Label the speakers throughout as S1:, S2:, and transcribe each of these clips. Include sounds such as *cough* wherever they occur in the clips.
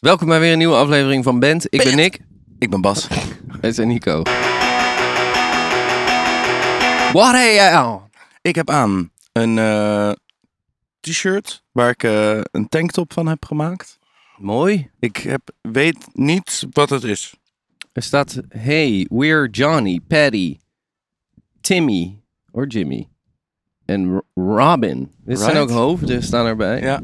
S1: Welkom bij weer een nieuwe aflevering van Band. Ik ben Nick.
S2: Ik ben Bas.
S1: Het is Nico. What hey you?
S2: Ik heb aan een eh, t-shirt waar ik eh, een tanktop van heb gemaakt.
S1: Mooi.
S2: Ik heb, weet niet wat het is.
S1: Er staat Hey, we're Johnny, Patty, Timmy or Jimmy en R- Robin. Dit zijn
S2: Right.
S1: ook hoofden staan erbij.
S2: Ja.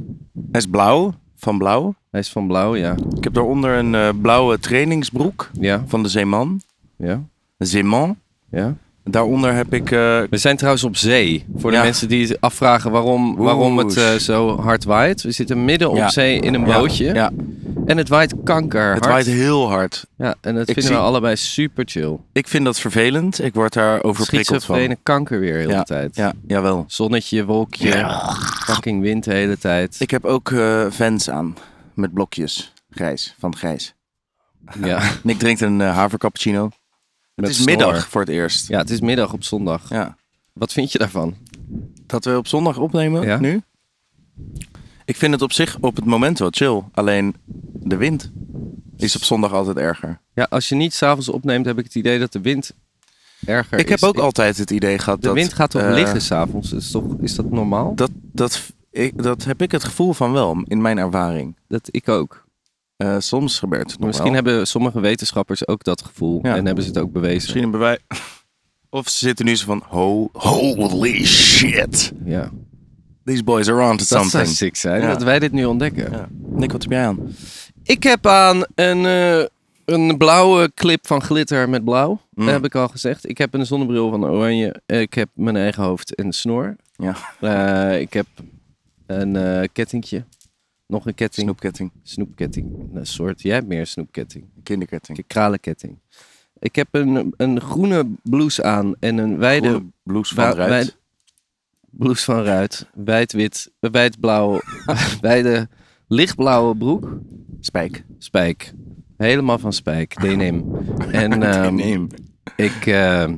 S2: Hij is blauw, van blauw.
S1: Hij is van blauw, ja.
S2: Ik heb daaronder een eh, blauwe trainingsbroek
S1: Ja,
S2: van de Zeeman.
S1: ja,
S2: Zeeman.
S1: ja.
S2: Daaronder heb ik... eh,
S1: We zijn trouwens op zee. Voor de
S2: Ja.
S1: mensen die zich afvragen waarom, waarom het eh,
S2: Woes.
S1: zo hard waait. We zitten midden op
S2: Ja.
S1: zee in een bootje.
S2: Ja, ja.
S1: En het waait kanker.
S2: het waait heel hard.
S1: Ja, en dat vinden
S2: Ik
S1: we
S2: zie-
S1: allebei super chill.
S2: Ik vind dat vervelend. Ik word daar overprikkeld van.
S1: Schizofrene kanker weer de hele
S2: Ja,
S1: tijd.
S2: ja, jawel.
S1: Zonnetje, wolkje, fucking wind de hele tijd.
S2: Ik heb ook eh, Vans aan. Met blokjes. Grijs. Van grijs. *laughs*
S1: Ja.
S2: Nick drinkt een eh, havercappuccino.
S1: Met
S2: het is
S1: snor.
S2: middag voor het eerst. Ja.
S1: ja, het is middag op zondag. Wat vind je daarvan?
S2: Dat we op zondag opnemen
S1: Ja.
S2: nu. Ik vind het op zich op het moment wel chill. Alleen de wind is op zondag altijd erger.
S1: Ja, als je niet s'avonds opneemt, heb ik het idee dat de wind erger
S2: Ik
S1: is.
S2: heb ook altijd het idee gehad
S1: De
S2: dat...
S1: wind gaat toch
S2: eh,
S1: liggen s'avonds? Is, toch- is dat normaal? Dat,
S2: Dat, dat, ik, dat heb ik het gevoel van wel, in mijn ervaring.
S1: ik ook.
S2: Eh, soms gebeurt het nog
S1: Misschien
S2: wel.
S1: hebben sommige wetenschappers ook dat gevoel.
S2: Ja.
S1: En hebben ze het ook bewezen.
S2: Misschien hebben wij... *laughs* Of ze zitten nu zo van... Ho, holy shit.
S1: Ja.
S2: These boys are onto
S1: Dat zou
S2: something.
S1: sick zijn,
S2: Ja.
S1: dat wij dit nu ontdekken.
S2: Ja. Nick, wat heb jij aan?
S1: Ik heb aan een, eh, een blauwe clip van glitter met blauw.
S2: Mm.
S1: Dat heb ik al gezegd. Ik heb een zonnebril van oranje. Eh, Ik heb mijn eigen hoofd en een snor.
S2: Ja.
S1: Eh, ik heb een eh, kettingje. Nog een ketting.
S2: Snoepketting.
S1: Snoepketting. Een soort. Jij hebt meer een snoepketting. Ik
S2: Kinderketting.
S1: heb kralenketting. Ik heb een, een groene blouse aan en een wijde
S2: Groene blouse van
S1: Wa-
S2: Ruit.
S1: wij- blouse van Ruit. Wijd-wit, wijd-blauw, *laughs* wijde lichtblauwe broek.
S2: Spijk.
S1: Spijk. Helemaal van Spijk. Denim. En ehm,
S2: Neem.
S1: ik ehm,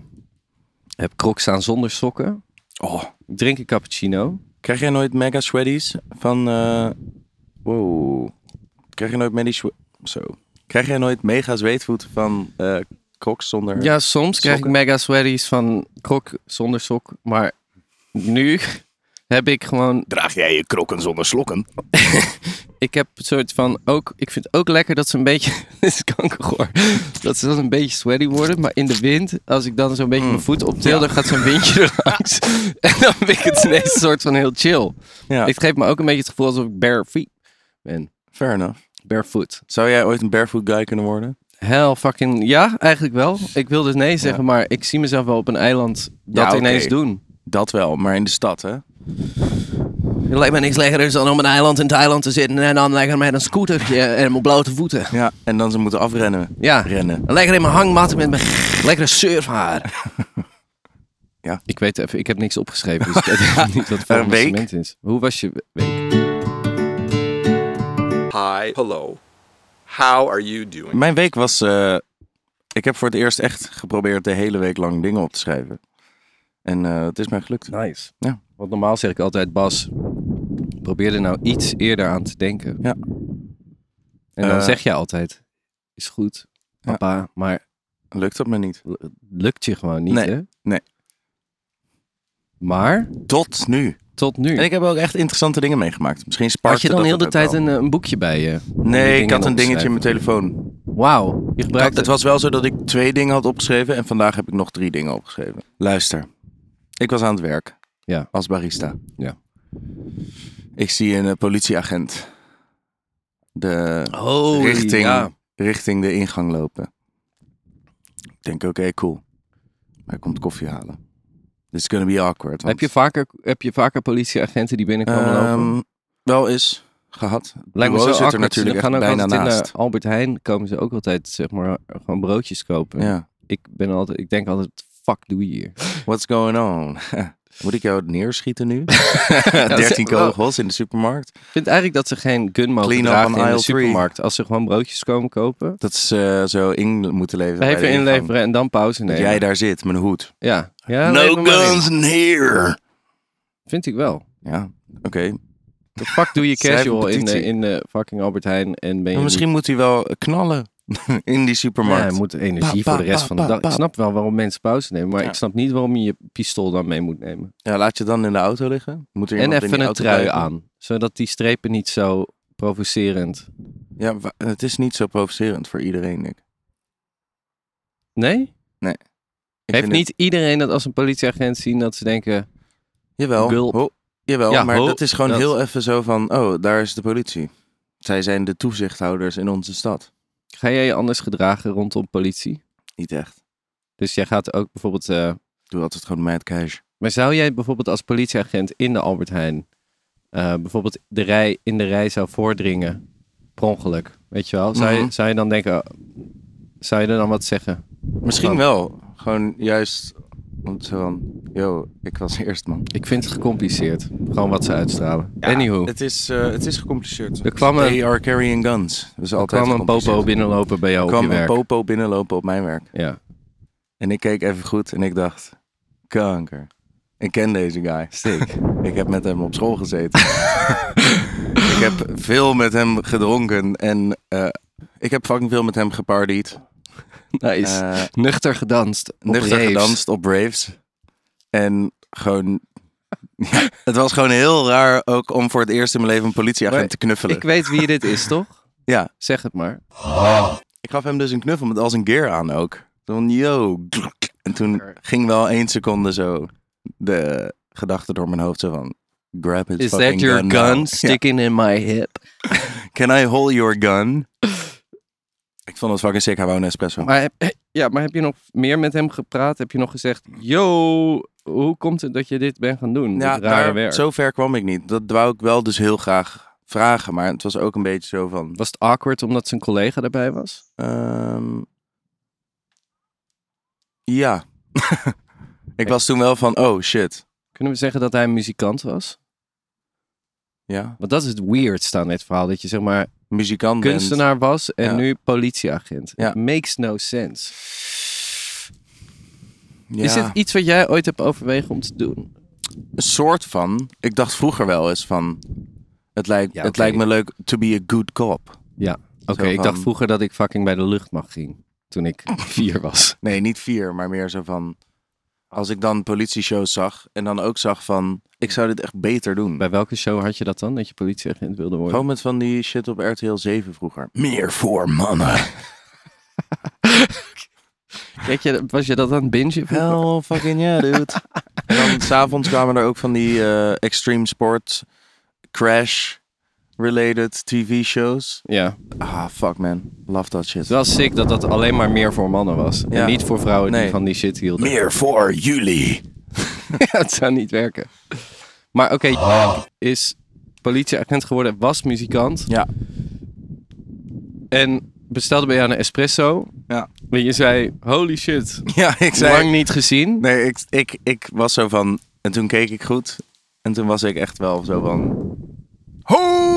S1: heb crocs aan zonder sokken.
S2: Oh.
S1: Ik drink een cappuccino.
S2: Krijg jij nooit mega sweaties van... eh, Wow. Krijg je nooit medi swe- Zo. Krijg jij nooit mega zweetvoet van eh Crocs zonder...
S1: Ja, soms krijg ik
S2: Sokken?
S1: mega sweaties van croc zonder sok. Maar nu *laughs* heb ik gewoon...
S2: Draag jij je krokken zonder slokken?
S1: Ik heb een soort van ook... Ik vind het ook lekker dat ze een beetje... *laughs* Dit is kankergoor. Dat ze dan een beetje sweaty worden. Maar in de wind, als ik dan zo'n beetje mijn voet optil... Dan gaat zo'n windje er *laughs* langs. En dan vind ik het ineens een soort van heel chill.
S2: Ja,
S1: Het geeft me ook een beetje het gevoel alsof ik bare feet ben.
S2: fair enough.
S1: Barefoot.
S2: Zou jij ooit een barefoot guy kunnen worden?
S1: Hell fucking... Ja, eigenlijk wel. Ik wil dus nee zeggen, maar ik zie mezelf wel op een eiland dat
S2: Ja, oké.
S1: ineens doen.
S2: Dat wel, maar in de stad, hè?
S1: Het lijkt me niks lekkerder dan op een eiland in Thailand te zitten en dan lekker met een scootertje en mijn blote voeten.
S2: Ja. En dan ze moeten afrennen.
S1: Ja.
S2: Rennen.
S1: Lekker in mijn hangmat met mijn lekkere *laughs* surfhaar.
S2: Ja.
S1: Ik weet even, ik heb niks opgeschreven, dus ik *laughs* weet even niet wat het volgende
S2: week.
S1: segment is. Hoe was je week?
S3: Hi. Hello. How are you doing?
S2: Mijn week was... eh, ik heb voor het eerst echt geprobeerd de hele week lang dingen op te schrijven. En eh, het is mij gelukt.
S1: Nice.
S2: Ja.
S1: Want normaal zeg ik altijd, Bas, probeer er nou iets eerder aan te denken.
S2: Ja.
S1: En dan
S2: Eh.
S1: zeg je altijd, is goed,
S2: Ja.
S1: papa, maar
S2: Lukt dat me niet.
S1: l- lukt je gewoon niet,
S2: Nee,
S1: hè?
S2: nee.
S1: Maar
S2: Tot nu.
S1: tot nu.
S2: En ik heb ook echt interessante dingen meegemaakt. Misschien
S1: Had
S2: sparkte
S1: je dan
S2: dat
S1: heel de
S2: het ook
S1: tijd
S2: wel.
S1: een, eh, een boekje bij je?
S2: Nee, ik
S1: dingen
S2: had een dingetje in
S1: opschrijven?
S2: mijn telefoon.
S1: Wauw, je
S2: Ik had-
S1: gebruikt
S2: het was wel zo dat ik twee dingen had opgeschreven en vandaag heb ik nog drie dingen opgeschreven. Luister, ik was aan het werk.
S1: Ja.
S2: Als barista.
S1: Ja.
S2: Ik zie een eh, politieagent de
S1: Oh,
S2: richting,
S1: ja.
S2: richting de ingang lopen. Ik denk, oké, cool. Hij komt koffie halen. This is gonna be awkward. want-
S1: Heb, je vaker, heb je vaker politieagenten die binnenkwamen lopen?
S2: Ehm, Wel eens gehad.
S1: Lijkt me
S2: Bureau
S1: zo
S2: zit er
S1: awkward. Ze
S2: natuurlijk echt
S1: gaan ook
S2: bijna
S1: altijd in, eh,
S2: naast.
S1: Albert Heijn komen ze ook altijd zeg maar gewoon broodjes kopen.
S2: Ja.
S1: Ik ben altijd, ik denk altijd, fuck doe je hier?
S2: What's going on? *laughs* Moet ik jou neerschieten
S1: *laughs*
S2: nu? *laughs*
S1: dat is-
S2: 13 kogels in de supermarkt.
S1: Ik vind eigenlijk dat ze geen gun mogen
S2: Clean up
S1: dragen
S2: on
S1: in de
S2: aisle three.
S1: supermarkt als ze gewoon broodjes komen kopen.
S2: Dat is eh, zo in moeten leveren. bij de
S1: Even
S2: ingang.
S1: inleveren en dan pauze
S2: Dat
S1: nemen.
S2: jij daar zit, mijn hoed.
S1: Ja. ja lever
S2: no
S1: maar in.
S2: guns in here.
S1: Vind ik wel.
S2: Ja, oké.
S1: the fuck
S2: *laughs*
S1: doe je
S2: Schrijf een
S1: casual in, de,
S2: petitie.
S1: in de fucking Albert Heijn en ben je
S2: Maar misschien moet hij wel knallen *laughs* in die
S1: niet- Ja,
S2: supermarkt.
S1: hij moet energie
S2: Pa, pa,
S1: voor de rest
S2: pa,
S1: van de
S2: pa,
S1: dag.
S2: pa.
S1: Ik snap wel waarom mensen pauze nemen, maar
S2: Ja.
S1: ik snap niet waarom je je pistool dan mee moet nemen.
S2: Ja, laat je dan in de auto liggen. Moet er
S1: En
S2: iemand in
S1: even
S2: die
S1: een
S2: auto
S1: trui
S2: kijken?
S1: aan, zodat die strepen niet zo provocerend.
S2: Ja, wa- het is niet zo provocerend voor iedereen, Nick. ik.
S1: Nee? Heeft
S2: vind
S1: niet iedereen dat als een politieagent zien dat ze denken,
S2: het- Jawel,
S1: Gulp.
S2: ho- jawel
S1: Ja,
S2: maar
S1: ho,
S2: dat is gewoon
S1: dat-
S2: heel even zo van... Oh, daar is de politie. Zij zijn de toezichthouders in onze stad.
S1: ga jij je anders gedragen rondom politie?
S2: Niet echt.
S1: Dus jij gaat ook bijvoorbeeld... eh,
S2: Doe altijd gewoon mad cash.
S1: Maar zou jij bijvoorbeeld als politieagent in de Albert Heijn eh, bijvoorbeeld de rij, in de rij zou voordringen per ongeluk, weet je wel? Zou,
S2: Mhm.
S1: je, zou je dan denken, oh, zou je er dan wat zeggen?
S2: Misschien
S1: Gewoon-
S2: wel. Gewoon juist... Want zo van... Yo, ik was *laughs* eerst, man.
S1: Ik vind het gecompliceerd, gewoon wat ze uitstralen. Anywho,
S4: Het is, eh, het is gecompliceerd.
S1: er kwam een,
S2: They are carrying guns. Dus
S1: er
S2: altijd
S1: kwam een popo
S2: gecompliceerd.
S1: binnenlopen bij jou
S2: Er
S1: op je
S2: kwam een
S1: werk.
S2: popo binnenlopen op mijn werk.
S1: Ja,
S2: En ik keek even goed en ik dacht... Kanker. Ik ken deze guy.
S1: steek.
S2: Ik heb met hem op school gezeten. *laughs* ik heb veel met hem gedronken en eh, ik heb fucking veel met hem gepartied.
S1: nice.
S2: Eh
S1: nuchter gedanst. op
S2: *laughs* nuchter
S1: raves.
S2: gedanst op raves. En gewoon... *laughs* Ja, het was gewoon heel raar ook om voor het eerst in mijn leven een politieagent
S1: Maar
S2: te knuffelen.
S1: Ik
S2: Ik,
S1: weet wie dit is, toch?
S2: Ja.
S1: Zeg het maar.
S2: gaf hem dus een knuffel met al zijn gear aan ook. Zo Van yo. En toen ging wel één seconde zo de gedachte door mijn hoofd zo van... Grab his
S1: Is that
S2: fucking
S1: your
S2: gun,
S1: gun,
S2: now. *laughs* Ja.
S1: sticking in my hip?
S2: Can I hold your gun? ik vond het fucking sick. Hij wou een espresso.
S1: Maar heb, ja, maar heb je nog meer met hem gepraat? Heb je nog gezegd, yo, hoe komt het dat je dit bent gaan doen?
S2: ja,
S1: dit rare
S2: daar,
S1: werk.
S2: zo ver kwam ik niet. Dat wou ik wel dus heel graag vragen. Maar het was ook een beetje zo van...
S1: Was het awkward omdat zijn collega erbij was?
S2: ehm, ja. *laughs* ik was toen wel van, oh shit.
S1: Kunnen we zeggen dat hij een muzikant was?
S2: Ja,
S1: Want dat is het weirdst aan dit verhaal. Dat je zeg maar
S2: muzikant bent.
S1: kunstenaar was en
S2: Ja.
S1: nu politieagent.
S2: Ja.
S1: It makes no sense.
S2: Ja,
S1: Is dit iets wat jij ooit hebt overwegen om te doen?
S2: een soort van... Ik dacht vroeger wel eens van... Het lijkt,
S1: Ja,
S2: het
S1: oké.
S2: lijkt me leuk to be a good cop.
S1: Ja. Oké,
S2: Zo
S1: ik
S2: van-
S1: dacht vroeger dat ik fucking bij de luchtmacht ging. Toen *laughs* ik vier was.
S2: Nee, niet vier, maar meer zo van. Als ik dan politieshows zag en dan ook zag van. Ik zou dit echt beter doen.
S1: Bij welke show had je dat dan? Dat je politieagent wilde worden?
S2: Gewoon met van die shit op RTL 7 vroeger. Meer voor mannen.
S1: Kijk je, was je dat aan het bingen? vroeger?
S2: *laughs* Hell fucking yeah, dude. en dan s'avonds kwamen er ook van die eh, extreme sport, crash related TV shows.
S1: Ja.
S2: Ah, fuck man. Love that shit.
S1: Het is wel sick dat dat alleen maar meer voor mannen was.
S2: Ja.
S1: En niet voor vrouwen
S2: Nee.
S1: die van die shit hielden.
S2: Meer voor jullie.
S1: *laughs* Ja, het zou niet werken. Maar oké, is politieagent geworden, was muzikant.
S2: Ja.
S1: En bestelde bij jou een espresso.
S2: Ja.
S1: En je zei, holy shit,
S2: *laughs* Ja, ik zei.
S1: lang niet gezien.
S2: Nee, ik, ik, ik was zo van. En toen keek ik goed. En toen was ik echt wel zo van. Ho! *laughs*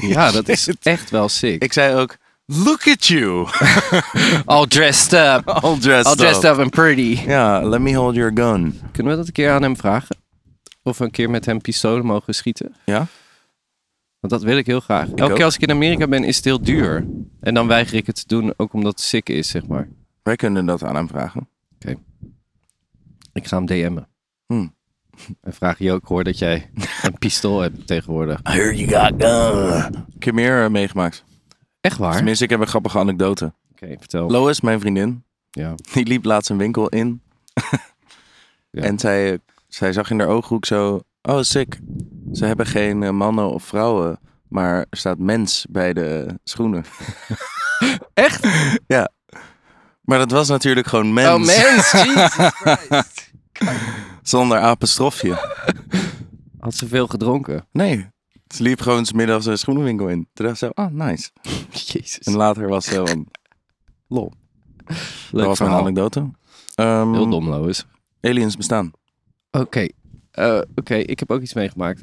S1: Ja, dat is echt wel sick.
S2: Ik zei ook. Look at you! *laughs*
S1: All dressed up.
S2: All dressed,
S1: All dressed up and pretty.
S2: Ja, let me hold your gun.
S1: Kunnen we dat een keer aan hem vragen? Of we een keer met hem pistolen mogen schieten?
S2: Ja?
S1: Want dat wil ik heel graag. Elke
S2: ook.
S1: keer als ik in Amerika ben, is het heel duur. En dan weiger ik het te doen, ook omdat het sick is, zeg maar.
S2: Wij kunnen dat aan hem vragen.
S1: Ik ga hem DM'en. *laughs*
S2: Hmm.
S1: En vraag je ook, hoor dat jij *laughs* een pistool hebt tegenwoordig.
S2: I heard you got gun. Ik heb meer eh, meegemaakt.
S1: Echt waar? Oké,
S2: Tenminste, ik heb een grappige anekdote.
S1: vertel.
S2: Lois, mijn vriendin,
S1: ja.
S2: *laughs* die liep laatst een winkel in.
S1: *laughs* Ja.
S2: En zij, zij zag in haar ooghoek zo... Oh, sick. Ze hebben geen eh, mannen of vrouwen, maar er staat mens bij de schoenen.
S1: *laughs* Echt?
S2: *laughs* Ja. Maar dat was natuurlijk gewoon mens.
S1: Oh, *laughs* mens, jeez.
S2: Zonder apostrofje.
S1: Had ze veel
S2: *laughs*
S1: gedronken?
S2: Nee. Ze liep gewoon 's middags een schoenenwinkel in. Toen dacht ze, ah, nice. En
S1: Jezus.
S2: later was ze van, lol. dat
S1: Leuk
S2: was mijn
S1: verhaal.
S2: anekdote. Ehm,
S1: Heel dom, Lois.
S2: Aliens bestaan.
S1: Oké, eh, oké, ik heb ook iets meegemaakt.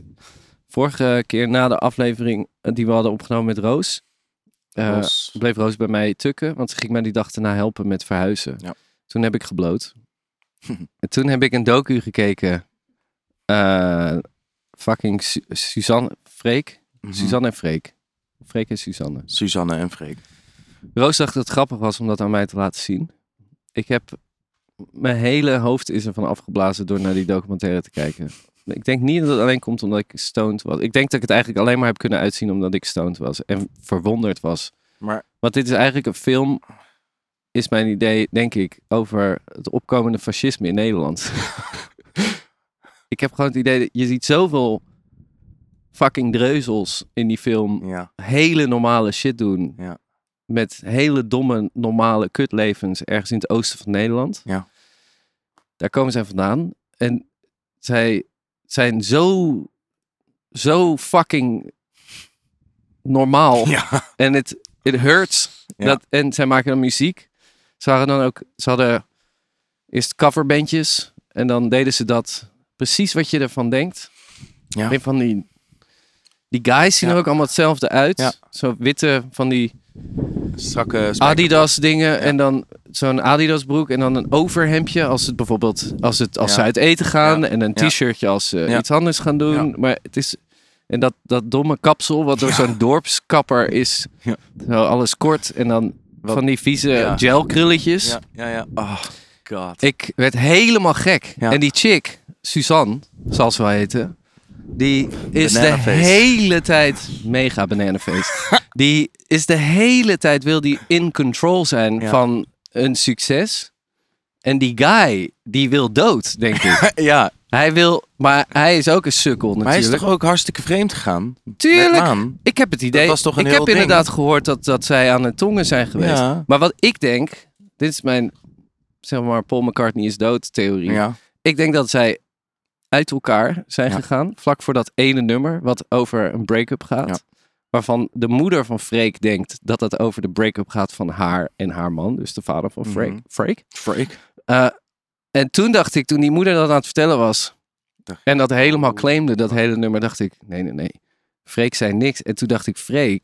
S1: Vorige keer na de aflevering eh, die we hadden opgenomen met Roos, eh,
S2: Roos.
S1: bleef Roos bij mij tukken, want ze ging mij die dag daarna helpen met verhuizen.
S2: Ja.
S1: Toen heb ik gebloot. en toen heb ik een docu gekeken. eh, fucking Su- Suzanne Freek
S2: Mhm.
S1: Suzanne en Freek. Freek en Suzanne.
S2: Suzanne en Freek.
S1: Roos dacht dat het grappig was om dat aan mij te laten zien. Ik heb... Mijn hele hoofd is ervan afgeblazen door naar die documentaire te kijken. Ik denk niet dat het alleen komt omdat ik stoned was. Ik denk dat ik het eigenlijk alleen maar heb kunnen uitzien omdat ik stoned was. En verwonderd was.
S2: Maar-
S1: Want dit is eigenlijk een film, is mijn idee, denk ik, over het opkomende fascisme in Nederland. ik heb gewoon het idee, dat je ziet zoveel fucking dreuzels in die film
S2: Ja.
S1: hele normale shit doen.
S2: Ja.
S1: Met hele domme, normale kutlevens ergens in het oosten van Nederland.
S2: Ja.
S1: Daar komen zij vandaan. En zij zijn zo, zo fucking normaal.
S2: Ja.
S1: En het it hurts.
S2: Ja.
S1: Dat, en zij maken dan muziek. Ze hadden dan ook, ze hadden eerst coverbandjes. En dan deden ze dat precies wat je ervan denkt.
S2: Ja.
S1: Een Van die, die guys zien
S2: Ja.
S1: er ook allemaal hetzelfde uit.
S2: Ja.
S1: Zo witte van die
S2: Strakke spijker.
S1: Adidas dingen. En dan zo'n Adidas broek. En dan een overhemdje als het bijvoorbeeld als, het, als
S2: Ja.
S1: ze uit eten gaan.
S2: Ja.
S1: En een
S2: Ja.
S1: t-shirtje als ze
S2: Ja.
S1: iets anders gaan doen.
S2: Ja.
S1: Maar het is... En dat, dat domme kapsel wat door zo'n dorpskapper is.
S2: Ja.
S1: Zo alles kort. En dan
S2: Wat-
S1: van die vieze
S2: Ja.
S1: gelkrulletjes.
S2: Ja, ja, ja. Oh, god.
S1: Ik werd helemaal gek.
S2: Ja.
S1: En die chick, Suzanne, zal ze wel heten. Die is de
S2: Bananafeest.
S1: hele tijd mega bananenfeest.
S2: *laughs*
S1: die is de hele tijd wil die in control zijn
S2: Ja.
S1: van een succes. En die guy, die wil dood, denk
S2: *laughs*
S1: ik.
S2: ja,
S1: hij wil, maar hij is ook een sukkel natuurlijk.
S2: maar hij is toch ook hartstikke vreemd gegaan?
S1: Tuurlijk.
S2: Met Maan?
S1: Ik heb het idee.
S2: Dat was toch een
S1: ik
S2: heel
S1: heb
S2: ding?
S1: inderdaad gehoord dat, dat zij aan het tongen zijn geweest.
S2: Ja.
S1: Maar wat ik denk, dit is mijn, zeg maar, Paul McCartney is dood theorie.
S2: Ja.
S1: Ik denk dat zij uit elkaar zijn
S2: Ja.
S1: gegaan. Vlak voor dat ene nummer wat over een break-up gaat.
S2: Ja.
S1: Waarvan de moeder van Freek denkt dat het over de break-up gaat van haar en haar man. Dus de vader van Freek.
S2: Mhm.
S1: Freek.
S2: Freek.
S1: Eh, en toen dacht ik, toen die moeder dat aan het vertellen was.
S2: Dacht oh.
S1: En dat helemaal claimde, dat hele nummer, dacht ik, nee, nee, nee. Freek zei niks. En toen dacht ik, Freek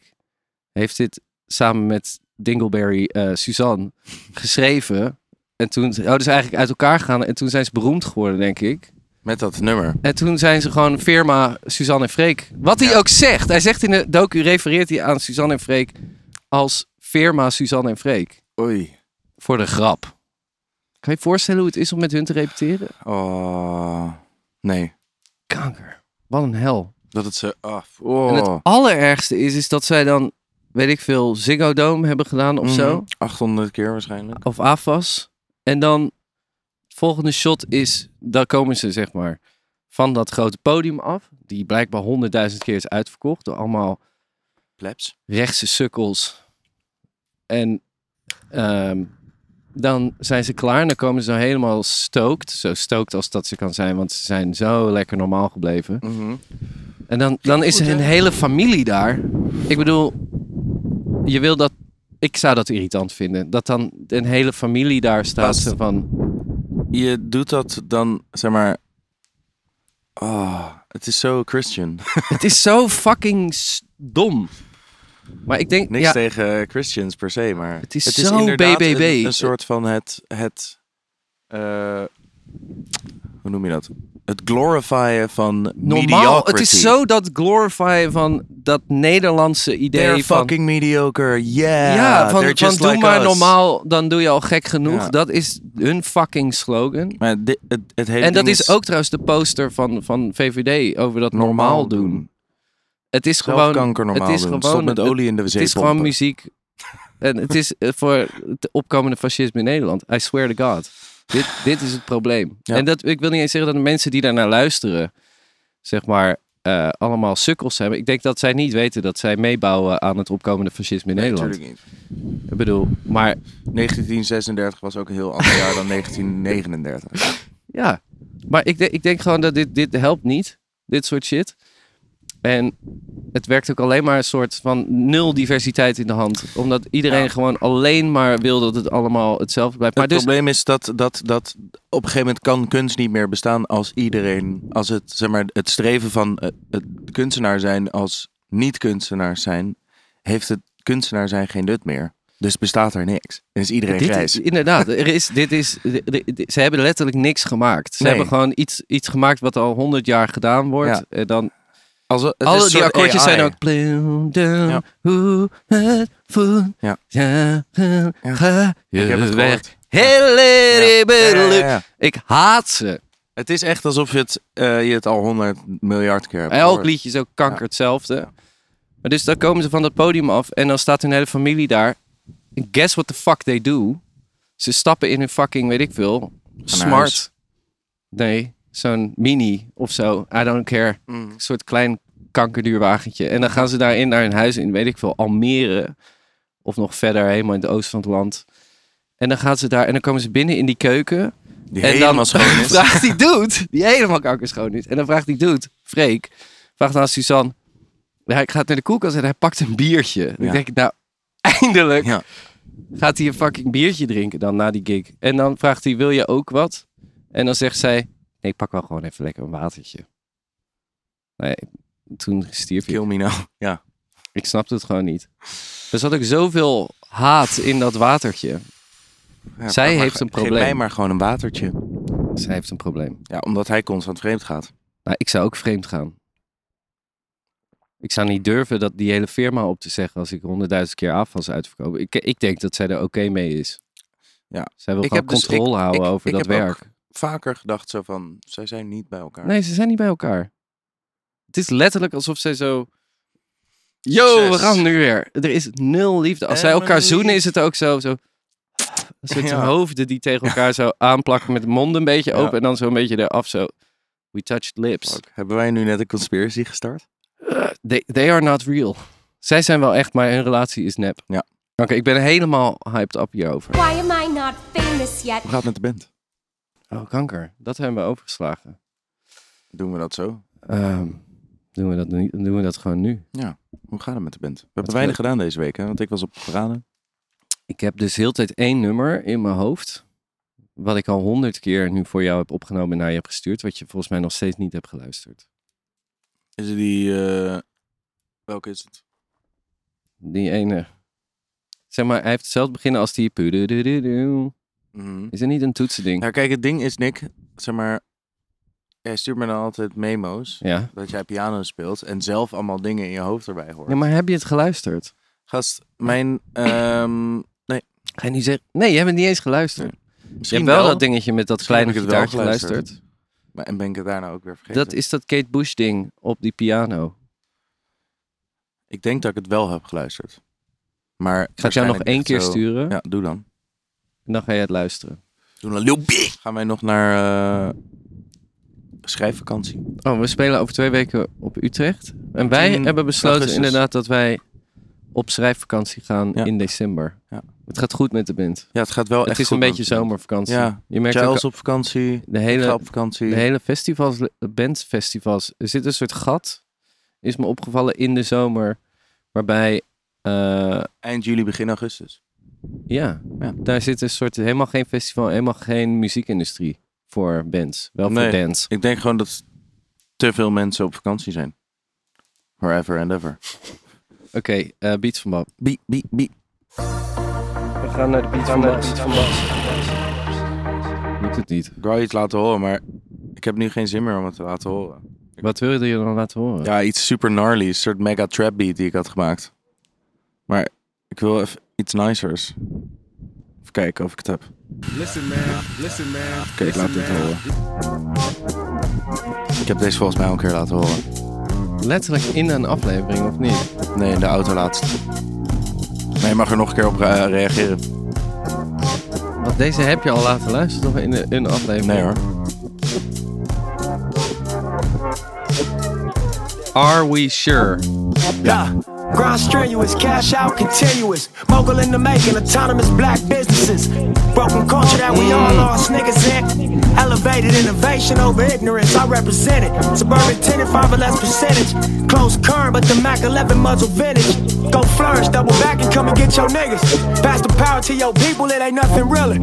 S1: heeft dit samen met Dingleberry eh, Suzanne geschreven. En toen, oh, dus eigenlijk uit elkaar gegaan. En toen zijn ze beroemd geworden, denk ik.
S2: Met dat nummer.
S1: En toen zijn ze gewoon firma Suzanne en Freek. Wat hij
S2: Ja.
S1: ook zegt. Hij zegt in de docu, refereert hij aan Suzanne en Freek als firma Suzanne en Freek.
S2: Oei.
S1: Voor de grap. Kan je je voorstellen hoe het is om met hun te repeteren?
S2: Oh. Nee.
S1: Kanker. Wat een hel.
S2: Dat het ze... Oh.
S1: En het allerergste is, is dat zij dan, weet ik veel, Ziggo Dome hebben gedaan of zo.
S2: Mhm. 800 keer waarschijnlijk.
S1: Of AFAS. En dan, het volgende shot is, daar komen ze zeg maar van dat grote podium af. Die blijkbaar honderdduizend keer is uitverkocht door allemaal
S2: Plebs.
S1: rechtse sukkels. En ehm, dan zijn ze klaar en dan komen ze helemaal stookt. Zo stookt als dat ze kan zijn, want ze zijn zo lekker normaal gebleven.
S2: Mhm.
S1: En dan, dan is er een hele familie daar. Ik bedoel, je wil dat. Ik zou dat irritant vinden. Dat dan een hele familie daar staat.
S2: Pas.
S1: zo Van,
S2: Je doet dat dan, zeg maar... Oh, het is zo Christian.
S1: het is zo fucking s- dom. Maar ik denk.
S2: Niks
S1: ja,
S2: tegen Christians per se, maar...
S1: Het is zo
S2: inderdaad
S1: BBB.
S2: Een, een soort van het... het eh, hoe noem je dat? Het glorifyen van
S1: normaal.
S2: mediocrity.
S1: Het is zo dat glorify van dat Nederlandse idee.
S2: They're
S1: van,
S2: fucking mediocre, yeah.
S1: ja, van,
S2: They're
S1: van
S2: just
S1: doe
S2: like
S1: maar
S2: us.
S1: normaal, dan doe je al gek genoeg.
S2: Ja.
S1: Dat is hun fucking slogan.
S2: Maar dit, het, het hele
S1: En dat
S2: ding
S1: is ook trouwens de poster van, van VVD over dat normaal, doen. Het is
S2: Gewoon,
S1: gewoon.
S2: kanker normaal
S1: het is
S2: doen.
S1: gewoon-
S2: Stop met olie in de wc
S1: Het is gewoon muziek. En het is eh, voor het opkomende fascisme in Nederland. I swear to God. Dit, dit is het probleem.
S2: Ja.
S1: En dat, ik wil niet eens zeggen dat de mensen die daarnaar luisteren, zeg maar, eh, allemaal sukkels hebben. Ik denk dat zij niet weten dat zij meebouwen aan het opkomende fascisme in Nederland.
S2: Natuurlijk niet.
S1: Ik bedoel, maar
S2: 1936 was ook een heel ander jaar
S1: *laughs*
S2: dan *laughs* 1939.
S1: Ja, maar ik, denk- ik denk gewoon dat dit, dit helpt niet. Dit soort shit. En het werkt ook alleen maar een soort van nul diversiteit in de hand. Omdat iedereen gewoon alleen maar wil dat het allemaal hetzelfde blijft. Maar
S2: het
S1: dus,
S2: probleem is dat, dat, dat op een gegeven moment kan kunst niet meer bestaan als iedereen, als het, zeg maar, het streven van eh, het kunstenaar zijn als niet kunstenaar zijn, heeft het kunstenaar zijn geen nut meer. Dus bestaat er niks. En is iedereen
S1: dit
S2: grijs.
S1: is, inderdaad, er is, dit is, de- de- de- ze hebben letterlijk niks gemaakt. Ze
S2: Nee.
S1: hebben gewoon iets, iets gemaakt wat al honderd jaar gedaan wordt.
S2: Ja.
S1: En dan,
S2: Als een- het is
S1: Alle
S2: een
S1: die
S2: soort
S1: akkoordjes
S2: AI.
S1: zijn ook. Bloom, doom,
S2: Ja.
S1: hoe het voelt.
S2: Ja.
S1: ja, ga
S2: Ik heb het
S1: je
S2: gehoord.
S1: weg. Heel
S2: Ja, ja,
S1: eerlijk.
S2: ja.
S1: Ik haat ze.
S2: Het is echt alsof je het, eh, je het al honderd miljard keer hebt
S1: Elk
S2: gehoord.
S1: liedje is ook kanker hetzelfde. Maar dus dan komen ze van dat podium af en dan staat hun hele familie daar. And Guess what the fuck they do? Ze stappen in hun fucking, weet ik veel, smart.
S2: huis.
S1: Nee, zo'n mini of zo. I don't care. Een soort klein kankerduurwagentje. En dan gaan ze daarin naar hun huis in, weet ik veel, Almere. Of nog verder, helemaal in het oosten van het land. En dan gaan ze daar en dan komen ze binnen in die keuken.
S2: Die
S1: En
S2: helemaal
S1: dan
S2: schoon is.
S1: *laughs* vraagt die dude, die helemaal kankerschoon is. En dan vraagt die dude, Freek, vraagt aan Suzanne. Ja, ik ga het naar de koelkast en hij pakt een biertje. En
S2: Ja.
S1: Ik denk, nou, eindelijk
S2: Ja.
S1: gaat hij een fucking biertje drinken dan na die gig. En dan vraagt hij, wil je ook wat? En dan zegt zij, nee, ik pak wel gewoon even lekker een watertje. Nee, toen stierf ik.
S2: Kill
S1: *laughs*
S2: me now. Ja.
S1: Ik snapte het gewoon niet. Er zat ook zoveel haat in dat watertje.
S2: Ja,
S1: Zij
S2: maar
S1: heeft
S2: ge-
S1: een
S2: Geef mij
S1: probleem.
S2: maar gewoon een watertje.
S1: Zij heeft een probleem.
S2: Ja, omdat hij constant vreemd gaat.
S1: Nou, ik zou ook vreemd gaan. Ik zou niet durven dat die hele firma op te zeggen als ik honderdduizend keer af was uitverkopen. Ik, ik denk dat zij er oké mee is.
S2: Ja.
S1: Zij wil
S2: Ik
S1: gewoon
S2: heb dus-
S1: controle
S2: ik-
S1: houden
S2: ik-
S1: over
S2: ik
S1: dat
S2: heb ook
S1: werk.
S2: Vaker gedacht zo van, zij zijn niet bij elkaar.
S1: Nee, ze zijn niet bij elkaar. Het is letterlijk alsof zij zo... Yo, we
S2: Succes.
S1: gaan nu weer. Er is nul liefde. Als zij
S2: Emily.
S1: elkaar zoenen is het ook zo... zo een soort
S2: Ja.
S1: hoofden die tegen elkaar zo aanplakken met de mond een beetje
S2: Ja.
S1: open en dan zo een beetje eraf zo... We touched lips.
S2: Fuck. Hebben wij nu net een conspiracy gestart?
S1: They, they are not real. Zij zijn wel echt, maar hun relatie is nep.
S2: Ja.
S1: Oké, ik ben helemaal hyped up hierover.
S5: Why am I not famous yet?
S2: Hoe gaat het met de band?
S1: Oh, kanker. Dat hebben we overgeslagen.
S2: Doen we dat zo?
S1: Ehm, doen, we dat niet, doen we dat gewoon nu?
S2: Hoe gaat het met de band? We hebben weinig gedaan deze week, hè? Want ik was op Pranen.
S1: Ik heb dus heel de tijd één nummer in mijn hoofd. Wat ik al honderd keer nu voor jou heb opgenomen en naar je heb gestuurd. Wat je volgens mij nog steeds niet hebt geluisterd.
S2: Is het die... eh, Welke is het?
S1: Die ene. Zeg maar, hij heeft hetzelfde beginnen als die. pududududu.
S2: Mhm.
S1: Is er niet een toetsending?
S2: Nou, kijk, het ding is, Nick, zeg maar... Jij stuurt me dan altijd memo's
S1: Ja.
S2: dat jij piano speelt en zelf allemaal dingen in je hoofd erbij hoort.
S1: ja. Maar heb je het geluisterd?
S2: Gast, mijn... ehm,
S1: Ga je nu zeggen. Nee, je hebt het niet eens geluisterd. Je
S2: misschien
S1: hebt wel, dat dingetje met dat
S2: Misschien
S1: kleine
S2: heb ik het wel
S1: gitaartje
S2: geluisterd.
S1: geluisterd.
S2: Maar- En ben ik het daarna ook weer vergeten?
S1: Dat is dat Kate Bush ding op die piano.
S2: Ik denk dat ik het wel heb geluisterd. Maar
S1: Ik ga het jou nog één keer sturen
S2: Ja, doe dan.
S1: en dan ga je het luisteren.
S2: Doe dan Lil Gaan wij nog naar eh, schrijfvakantie.
S1: Oh, we spelen over twee weken op Utrecht. En wij
S2: 10
S1: hebben besloten
S2: augustus.
S1: inderdaad dat wij op schrijfvakantie gaan
S2: Ja.
S1: in december.
S2: Ja.
S1: Het gaat goed met de band.
S2: Ja, het gaat wel
S1: het
S2: echt
S1: is
S2: goed
S1: een beetje
S2: met-
S1: zomervakantie.
S2: Ja,
S1: Je merkt ook
S2: Charles op vakantie.
S1: de
S2: Ik
S1: hele,
S2: ga op vakantie.
S1: de hele festivals, bandfestivals, er zit een soort gat, is me opgevallen in de zomer, waarbij eh,
S2: Eind juli, begin augustus.
S1: Ja,
S2: Ja.
S1: daar zit een soort helemaal geen festival, helemaal geen muziekindustrie voor bands. Wel voor
S2: Nee.
S1: dance.
S2: Ik denk gewoon dat te veel mensen op vakantie zijn. Forever and ever.
S1: Oké, eh, Beats van Bab.
S2: Bie, bie, bie.
S1: We gaan naar de Beats van Bab. Moet het niet.
S2: Ik wou iets laten horen, maar ik heb nu geen zin meer om het te laten horen.
S1: Wat wil je er dan laten horen?
S2: Ja, iets super gnarly. Een soort mega trap beat die ik had gemaakt. Maar ik wil even iets nicers. Even kijken of ik het heb.
S4: Listen man, listen man.
S2: Oké, ik laat dit horen. Ik heb deze volgens mij al een keer laten horen.
S1: Letterlijk in een aflevering, of niet?
S2: Nee, in de auto laatst. Maar je mag er nog een keer op eh, reageren.
S1: Want deze heb je al laten luisteren, toch? In een, in een aflevering.
S2: Nee hoor. Eh,
S1: Are we sure?
S6: Yeah. Grind strenuous, cash out continuous. Mogul in the making, autonomous black businesses. Broken culture that we all lost niggas in. Elevated innovation over ignorance, I represent it. Suburban tenant, five or less percentage. Close current, but the Mac 11 muzzle vintage. Go flourish, double back and come and get your niggas. Pass the power to your people, it ain't nothing realer.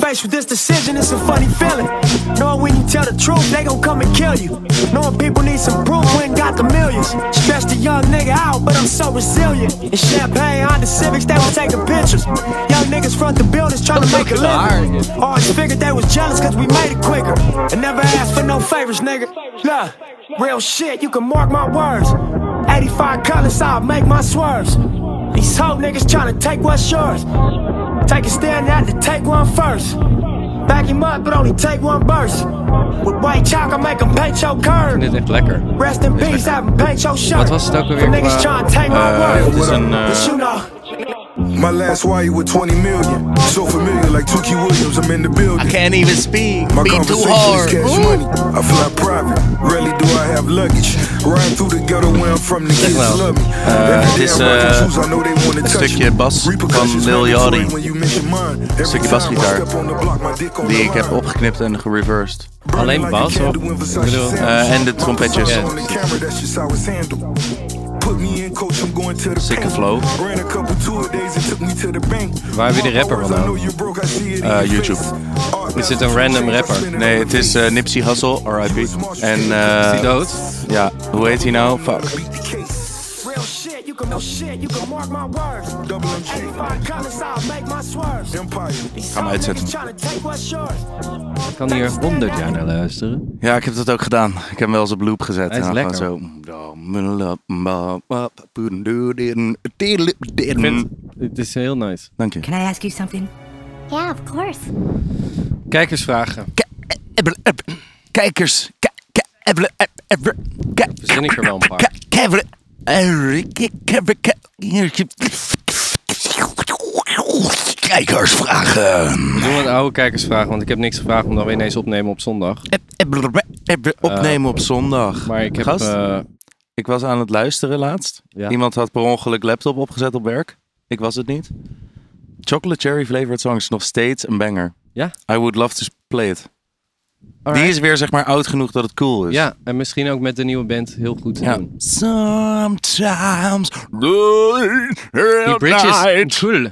S6: Faced with this decision, it's a funny feeling. Knowing when you tell the truth, they gon' come and kill you. Knowing people need some proof when got the millions. Stressed the young nigga out, but I'm so resilient. In champagne, Honda Civics, they was taking pictures. Young niggas front the buildings trying to make a living. Always Oh, figured they was jealous cause we made it quicker. And never asked for no favors, nigga. Nah, real shit, you can mark my words. 85 colors, I'll make my swerves. These hoe niggas tryna take what's yours. Take a stand out to take one first. Back him up, but only take one burst. With white chalk, I make him paint your curve.
S1: Dit is echt lekker.
S6: Rest in peace, have him paint your shirt.
S1: Wat was het ook alweer
S6: Niggas
S1: qua-
S6: tryna take my
S2: Het
S6: word.
S2: is een... eh,
S6: But you know.
S7: My last wire with 20 million. So familiar like Tukey Williams, I'm in the building.
S2: can't even speak.
S7: My
S2: Be too
S7: conversation is
S2: hard.
S7: cash money. I fly private. Rarely do I have luggage. Ride through the ghetto where I'm from, the kids
S1: wel.
S7: love me.
S2: uh, het is, eh,
S7: een
S2: stukje bas van Lil Yachty.
S7: Een
S2: stukje basgitaar Die ik heb opgeknipt en gereversed.
S1: Alleen bas, of? Ik bedoel-
S2: Eh, en de trompetjes.
S1: Ja.
S2: Sikke flow.
S1: Waar heb je de rapper vandaan?
S2: Eh, YouTube.
S1: Is dit een random rapper?
S2: Nee, het is eh, Nipsey Hussle, R.I.P. En eh,
S1: Is die dood?
S2: ja, hoe heet hij nou? Fuck.
S6: Real shit, you can know shit, you can mark my words. 85 colors, I'll make my swerves. These
S2: Ga hem
S6: hoe
S2: uitzetten.
S6: niggas tryna take what's yours.
S1: Ik kan hier 100 jaar naar luisteren.
S2: Ja, ik heb dat ook gedaan. Ik heb hem wel eens op loop gezet.
S1: Hij is
S2: en dan
S1: lekker.
S2: gewoon zo...
S1: Het is heel nice.
S2: Dank je.
S8: Can I ask you something?
S5: Yeah, of course.
S1: Kijkersvragen.
S2: Kijkers.
S1: Verzin ik er wel een paar.
S2: Kijkersvragen.
S1: We doen een oude kijkersvraag, want ik heb niks gevraagd om dan weer ineens opnemen op zondag.
S2: Opnemen op zondag.
S1: Maar ik heb...
S2: Gast,
S1: eh,
S2: ik was aan het luisteren laatst.
S1: Ja.
S2: Iemand had per ongeluk laptop opgezet op werk. Ik was het niet. Chocolate Cherry Flavored Song is nog steeds een banger.
S1: Ja?
S2: I would love to play it. Die
S1: alright.
S2: is weer zeg maar oud genoeg dat het cool is.
S1: Ja, en misschien ook met de nieuwe band heel goed te
S2: Ja.
S1: doen.
S2: Sometimes
S1: Die
S2: the
S1: bridges... Cool.
S2: night.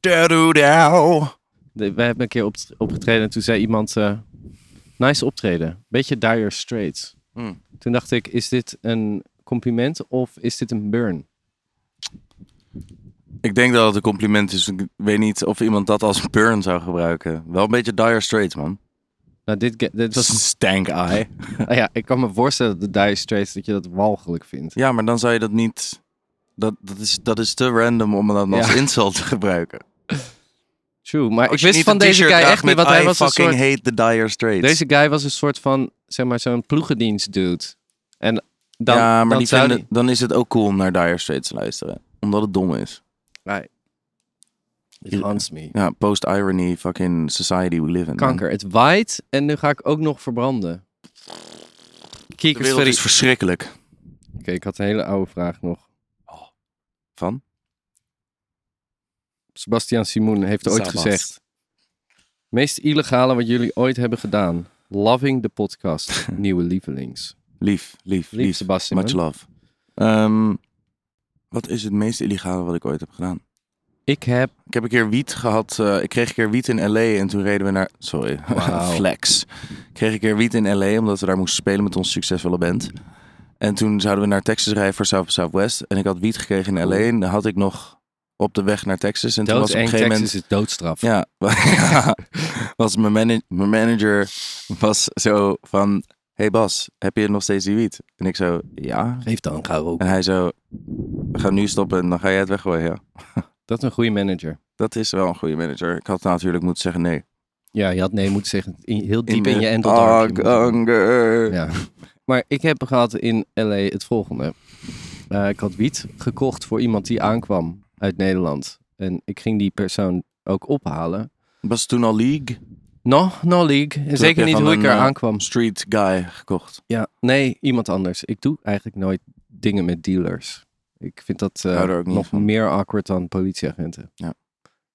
S1: De- Wij hebben een keer op, opgetreden en toen zei iemand... eh, nice optreden. Beetje Dire Straits.
S2: Hmm.
S1: Toen dacht ik, is dit een compliment of is dit een burn?
S2: Ik denk dat het een compliment is. Ik weet niet of iemand dat als burn zou gebruiken. Wel een beetje Dire Straits, man.
S1: Nou, dit, ge- dit
S2: Dat *laughs*
S1: was...
S2: is stank eye.
S1: Ah ja, ik kan me voorstellen dat de Dire Straits dat je dat walgelijk vindt.
S2: Ja, maar dan zou je dat niet... Dat, dat, is, dat is te random om dat als
S1: Ja.
S2: insult te gebruiken.
S1: True, maar ik
S2: Als je
S1: wist
S2: niet
S1: van
S2: een
S1: deze
S2: t-shirt
S1: guy
S2: draagt
S1: echt niet,
S2: met
S1: want hij
S2: I
S1: was een
S2: fucking
S1: soort...
S2: hate the Dire Straits.
S1: Deze guy was een soort van, zeg maar, zo'n ploegendienst dude. En dan,
S2: ja, maar
S1: dan
S2: die
S1: zou
S2: vinden- dan is het ook cool om naar Dire Straits te luisteren. Omdat het dom is.
S1: die... Nee. It haunts me.
S2: Ja, post-irony fucking society we live in. man.
S1: Kanker, het waait en nu ga ik ook nog verbranden.
S2: De
S1: Kiekers,
S2: wereld
S1: Ferry.
S2: is verschrikkelijk.
S1: Oké, ik had een hele oude vraag nog.
S2: Van?
S1: Sebastian Simoen heeft ooit
S2: Sabas.
S1: gezegd... Meest illegale wat jullie ooit hebben gedaan. Loving de
S2: *laughs*
S1: podcast. Nieuwe lievelings.
S2: Lief, lief,
S1: Lief,
S2: lief.
S1: Sebastian,
S2: Much
S1: man.
S2: love. Ehm, wat is het meest illegale wat ik ooit heb gedaan?
S1: Ik heb...
S2: Ik heb een keer wiet gehad. eh, ik kreeg een keer wiet in L.A. en toen reden we naar... Sorry,
S1: Wauw.
S2: *laughs* flex. Ik kreeg een keer wiet in L.A. omdat we daar moesten spelen met onze succesvolle band. En toen zouden we naar Texas rijden voor South by Southwest. En ik had wiet gekregen in L.A. en dan had ik nog op de weg naar Texas. En toen was op een
S1: Doodeng
S2: gegeven
S1: Texas
S2: moment...
S1: is doodstraf.
S2: Ja, ja, *laughs* was mijn, mana- mijn manager was zo van... Hey Bas, heb je nog steeds die wiet? En ik zo, ja.
S1: Geef dan gauw ook.
S2: En hij zo, we gaan nu stoppen en dan ga jij het weggooien, ja.
S1: Dat is een goede manager.
S2: Dat is wel een goede manager. Ik had natuurlijk moeten zeggen nee.
S1: Ja, je had nee moeten zeggen. In- heel diep in,
S2: de oh.
S1: je endeldarm.
S2: Ag- anger.
S1: Ja. Maar ik heb gehad in LA het volgende. Eh, ik had wiet gekocht voor iemand die aankwam uit Nederland. En ik ging die persoon ook ophalen.
S2: Was toen al League?
S1: No, no league. En
S2: heb je
S1: zeker niet
S2: van
S1: hoe ik
S2: een,
S1: er
S2: eh,
S1: aankwam.
S2: Street guy gekocht.
S1: Ja, nee, iemand anders. Ik doe eigenlijk nooit dingen met dealers. Ik vind dat eh,
S2: hou er ook niet
S1: nog
S2: van.
S1: meer awkward dan politieagenten.
S2: Ja.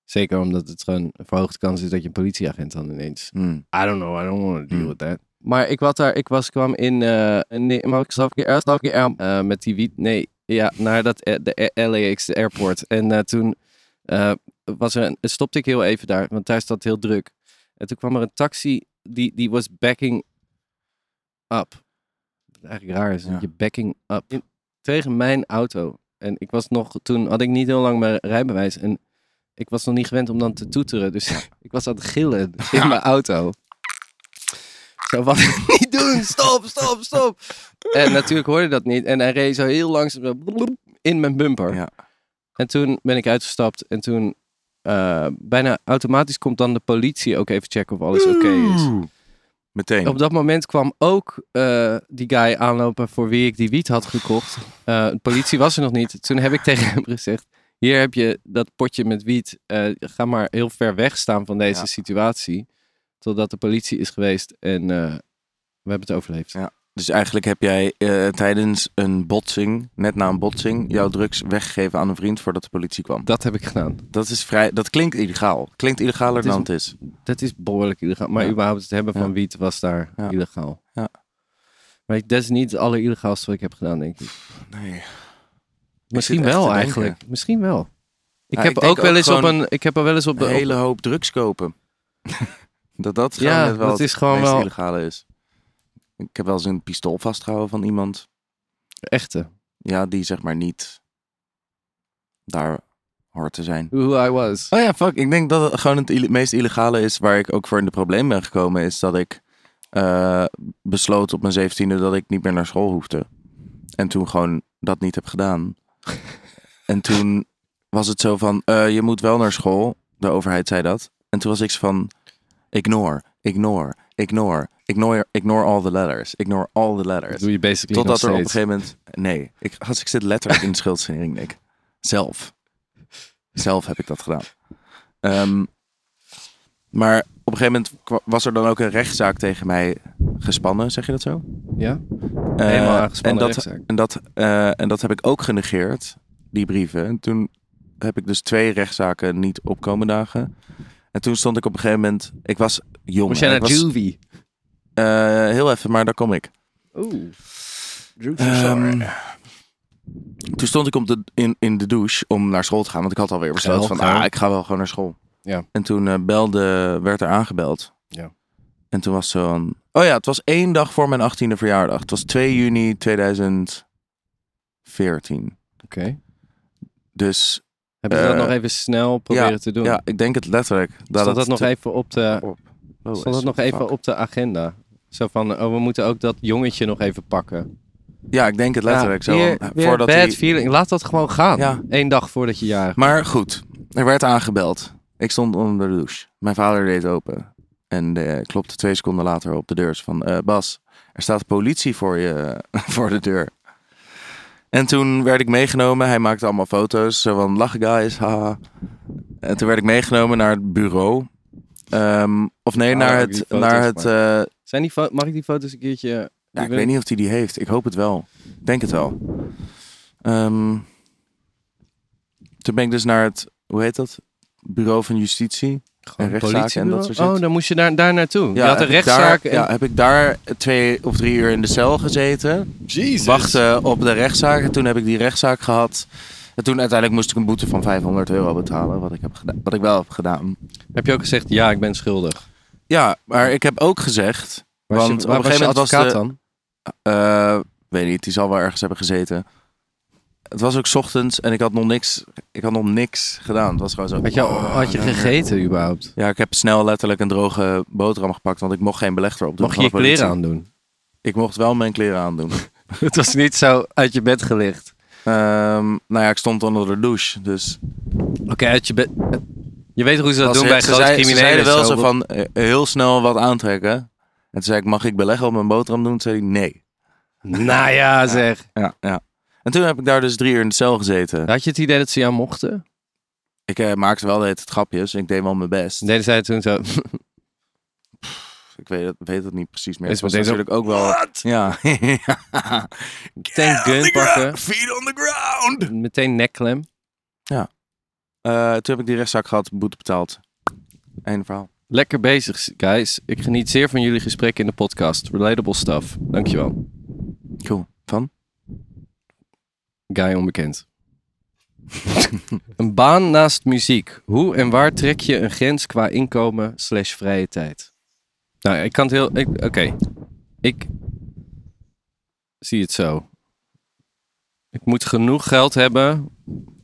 S1: Zeker omdat het gewoon een verhoogde kans is dat je een politieagent dan ineens
S2: Hmm.
S1: I don't know, I don't want to deal
S2: Hmm.
S1: with that. Maar ik, was daar, ik was, kwam in. eh nee, maar ik zag je ergens zag je er- eh, met die wiet. Nee, ja, naar dat, eh, de eh, LAX airport. En eh, toen eh, was er een, stopte ik heel even daar, want daar staat heel druk. En toen kwam er een taxi die, die was backing up. Wat eigenlijk raar is, want
S2: Ja.
S1: je backing up. In- tegen mijn auto. En ik was nog, toen had ik niet heel lang mijn rijbewijs. En *laughs* ik was nog niet gewend om dan te toeteren. Dus ik was aan het gillen in mijn auto. Zo van, *laughs* niet doen, stop, stop, stop. En natuurlijk hoorde dat niet. En hij reed zo heel langzaam zo bloep, in mijn bumper.
S2: Ja.
S1: En toen ben ik uitgestapt. En toen eh, bijna automatisch komt dan de politie ook even checken of alles oké
S2: Hmm.
S1: is.
S2: Meteen.
S1: Op dat moment kwam ook eh, die guy aanlopen voor wie ik die wiet had gekocht. Eh, de politie was er nog niet. Toen heb ik *laughs* tegen hem gezegd: Hier heb je dat potje met wiet. Eh, ga maar heel ver weg staan van deze
S2: Ja.
S1: situatie. Totdat de politie is geweest en eh, we hebben het overleefd.
S2: Ja. Dus eigenlijk heb jij eh, tijdens een botsing, net na een botsing, jouw drugs weggegeven aan een vriend voordat de politie kwam.
S1: Dat heb ik gedaan.
S2: Dat, is vrij, dat klinkt illegaal. Klinkt illegaler
S1: is-
S2: dan het is.
S1: Dat is behoorlijk illegaal. Maar
S2: Ja.
S1: überhaupt het hebben van
S2: Ja.
S1: wiet was daar
S2: Ja.
S1: illegaal.
S2: Ja.
S1: Maar ik- dat is niet het allerillegaalste wat ik heb gedaan, denk ik.
S2: Nee.
S1: Misschien
S2: echt te
S1: wel
S2: denken.
S1: eigenlijk. Misschien wel. Ik
S2: Ja,
S1: heb
S2: ik denk
S1: ook wel
S2: ook
S1: eens op
S2: gewoon
S1: een. Ik heb er wel eens op
S2: Een
S1: de.
S2: hele hoop drugs kopen. *laughs* dat dat gewoon
S1: Ja,
S2: net wel
S1: dat
S2: het
S1: is gewoon
S2: meest
S1: wel-
S2: illegale is. Ik heb wel eens een pistool vastgehouden van iemand.
S1: Echte.
S2: Ja, die zeg maar niet daar hoort te zijn.
S1: Who I was.
S2: Oh ja, fuck. Ik denk dat het gewoon het ille- meest illegale is waar ik ook voor in de probleem ben gekomen. Is dat ik eh, besloot op mijn zeventiende dat ik niet meer naar school hoefde. En toen gewoon dat niet heb
S1: *laughs*
S2: gedaan. en toen was het zo van, eh, je moet wel naar school. De overheid zei dat. En toen was ik zo van, ignore, ignore, ignore, ignore, ignore all the letters. Ignore all the letters.
S1: doe je basically
S2: Totdat er
S1: nog
S2: op een
S1: steeds.
S2: gegeven moment. Nee, ik, als ik zit letterlijk in de schuldsanering, Nick. Zelf. Zelf heb ik dat gedaan. Ehm, maar op een gegeven moment kwa- was er dan ook een rechtszaak tegen mij gespannen, zeg je dat zo?
S1: Ja?
S2: Eh,
S1: Helemaal aangespannen
S2: en dat,
S1: rechtszaak.
S2: en, dat, eh, en dat heb ik ook genegeerd, die brieven. En toen heb ik dus twee rechtszaken niet opkomen dagen. En toen stond ik op een gegeven moment. Ik was jong.
S1: Moest jij
S2: hè,
S1: naar
S2: ik was,
S1: juvie?
S2: eh, heel even, maar daar kom ik.
S1: Oeh.
S2: Ehm, toen stond ik op de, in, in de douche om naar school te gaan. Want ik had alweer besloten
S1: Geil,
S2: van,
S1: geil.
S2: ah, ik ga wel gewoon naar school.
S1: Ja.
S2: En toen eh, belde, werd er aangebeld.
S1: Ja.
S2: En toen was zo een... Oh ja, het was één dag voor mijn 18e verjaardag. Het was 2 juni 2014.
S1: Oké.
S2: Dus
S1: Hebben we dat
S2: Eh,
S1: nog even snel proberen
S2: ja,
S1: te doen?
S2: ja, ik denk het letterlijk.
S1: Stond dat,
S2: het
S1: nog
S2: te-
S1: even op de,
S2: op. Oh,
S1: stond dat nog
S2: fuck.
S1: even op de agenda? Zo van, oh, we moeten ook dat jongetje nog even pakken.
S2: Ja, ik denk het letterlijk
S1: Ja,
S2: zo.
S1: weer-
S2: want, eh,
S1: weer
S2: voordat
S1: bad
S2: hij-
S1: feeling. Laat dat gewoon gaan.
S2: Ja.
S1: Eén dag voordat je jarig
S2: Maar goed, er werd aangebeld. Ik stond onder de douche. Mijn vader deed open. En eh, klopte twee seconden later op de deur. Zo Van eh, Bas, er staat politie voor je *laughs* voor de deur. En toen werd ik meegenomen. Hij maakte allemaal foto's. Zo van lachen guys, haha. En toen werd ik meegenomen naar het bureau. Ehm, of nee,
S1: Ah,
S2: naar
S1: ook die
S2: het...
S1: foto's,
S2: Naar het eh,
S1: Zijn die fo- mag ik die foto's een keertje...
S2: ja,
S1: die
S2: ik
S1: wil-
S2: weet niet of hij die heeft. Ik hoop het wel. Ik denk het wel. Ehm, toen ben ik dus naar het, hoe heet dat? Bureau van Justitie.
S1: Gewoon
S2: en rechtszaken en dat soort
S1: politiebureau?
S2: shit.
S1: Oh, dan moest je daar, daar naartoe. je had een
S2: heb ik
S1: rechtszaak.
S2: Daar,
S1: en-
S2: Ja, heb ik daar twee of drie uur in de cel gezeten. Wachten op de rechtszaak. En toen heb ik die rechtszaak gehad. En toen uiteindelijk moest ik een boete van 500 euro betalen. Wat ik, heb gedaan, wat ik wel heb gedaan.
S1: Heb je ook gezegd, ja, ik ben schuldig.
S2: Ja, maar ik heb ook gezegd.
S1: Was
S2: want
S1: je,
S2: op een
S1: waar was
S2: gegeven
S1: je
S2: moment was
S1: advocaat
S2: de,
S1: dan?
S2: Eh, weet niet, die zal wel ergens hebben gezeten. Het was ook 's ochtends en ik had nog niks, ik had nog niks gedaan. Het was gewoon zo.
S1: Had je,
S2: oh,
S1: had je
S2: nee.
S1: gegeten überhaupt?
S2: Ja, ik heb snel letterlijk een droge boterham gepakt, want ik mocht geen beleg erop doen.
S1: Mocht je je
S2: van de politie.
S1: kleren aandoen?
S2: Ik mocht wel mijn kleren aandoen.
S1: *laughs* Het was niet zo uit je bed gelicht.
S2: Ehm, nou ja, ik stond onder de douche, dus...
S1: Oké, uit je bed... Je weet hoe ze dat
S2: Als
S1: doen
S2: ze-
S1: bij
S2: ze
S1: grote
S2: zei-
S1: criminelen.
S2: Ze zeiden wel zo
S1: wat-
S2: van, eh, heel snel wat aantrekken. En toen zei ik, mag ik beleg op mijn boterham doen? Toen zei hij, nee.
S1: *laughs* Nou ja, zeg.
S2: Ja, ja. En toen heb ik daar dus drie uur in de cel gezeten.
S1: Had je het idee dat ze jou mochten?
S2: Ik eh, maakte wel de hele tijd grapjes. Ik deed wel mijn best.
S1: Nee, zij toen zo... *laughs*
S2: Ik weet het, weet het niet precies meer.
S1: Is
S2: Het was
S1: wat deze-
S2: natuurlijk ook wel. Ja. *laughs*
S1: Meteen gun pakken.
S2: Feet on the ground.
S1: Meteen nekklem.
S2: Eh, toen heb ik die rechtszaak gehad, boete betaald. Einde verhaal.
S1: Lekker bezig, guys. Ik geniet zeer van jullie gesprekken in de podcast. Relatable stuff. Dankjewel.
S2: Cool. Van?
S1: Guy onbekend. een baan naast muziek. Hoe en waar trek je een grens qua inkomen slash vrije tijd? Nou, ik kan het heel... ik- Oké. Ik zie het zo. Ik moet genoeg geld hebben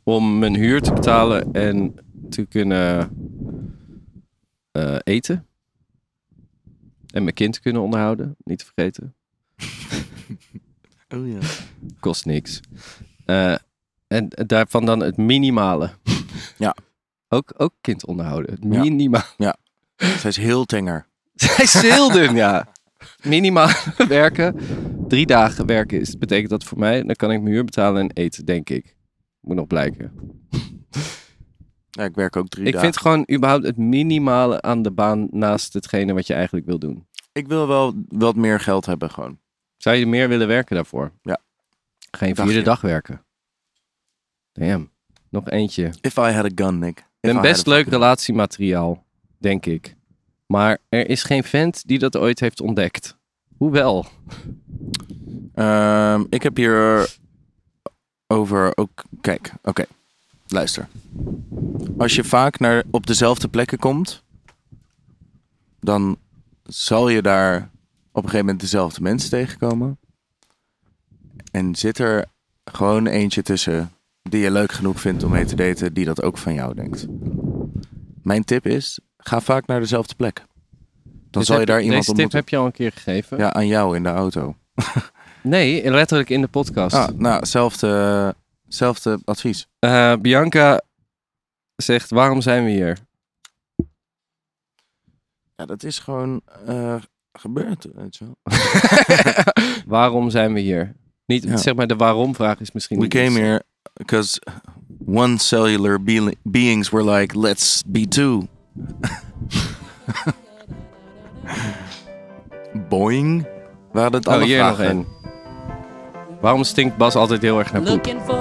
S1: om mijn huur te betalen en te kunnen eh, eten. En mijn kind te kunnen onderhouden, niet te vergeten.
S2: *laughs* Oh ja.
S1: Kost niks. Eh, en daarvan dan het minimale.
S2: *laughs* Ja.
S1: Ook, ook kind onderhouden. Het
S2: Ja. *laughs*
S1: minimale.
S2: Zij is heel tenger.
S1: Zij is heel dun, ja. Minimaal *laughs* werken. Drie dagen werken is, betekent dat voor mij. Dan kan ik mijn huur betalen en eten, denk ik. Moet nog blijken.
S2: Ja, ik werk ook drie
S1: ik
S2: dagen.
S1: vind gewoon überhaupt het minimale aan de baan naast hetgene wat je eigenlijk wil doen.
S2: Ik wil wel wat meer geld hebben gewoon.
S1: Zou je meer willen werken daarvoor?
S2: Ja.
S1: Geen
S2: Dagje.
S1: vierde dag werken. Damn. Nog eentje.
S2: If I had a gun, Nick. If I
S1: Een
S2: had
S1: best
S2: a
S1: leuk
S2: fucking-
S1: relatiemateriaal, denk ik. Maar er is geen vent die dat ooit heeft ontdekt. Hoewel.
S2: Ehm, ik heb hier over ook... Kijk, oké. Luister. Als je vaak naar, op dezelfde plekken komt, dan zal je daar op een gegeven moment dezelfde mensen tegenkomen. En zit er gewoon eentje tussen die je leuk genoeg vindt om mee te daten, die dat ook van jou denkt. Mijn tip is, ga vaak naar dezelfde plek.
S1: Dit
S2: Dan zal je
S1: Dus heb-
S2: daar iemand
S1: Deze tip
S2: ontmoeten.
S1: heb je al een keer gegeven.
S2: Ja, aan jou in de auto.
S1: Nee, letterlijk in de podcast.
S2: Ah, nou, zelfde, zelfde advies.
S1: Eh, Bianca zegt, waarom zijn we hier?
S2: Ja, dat is gewoon eh, gebeurd, weet je wel.
S1: Waarom zijn we hier? Niet,
S2: Ja.
S1: zeg maar, de waarom vraag is misschien
S2: We
S1: niet
S2: came
S1: eens-
S2: here because one cellular be- beings were like, let's be *laughs* two. Boing? Waren het alle
S1: Oh, hier nog
S2: vragen?
S1: Oh, één. Waarom stinkt Bas altijd heel erg naar poep?
S8: Looking for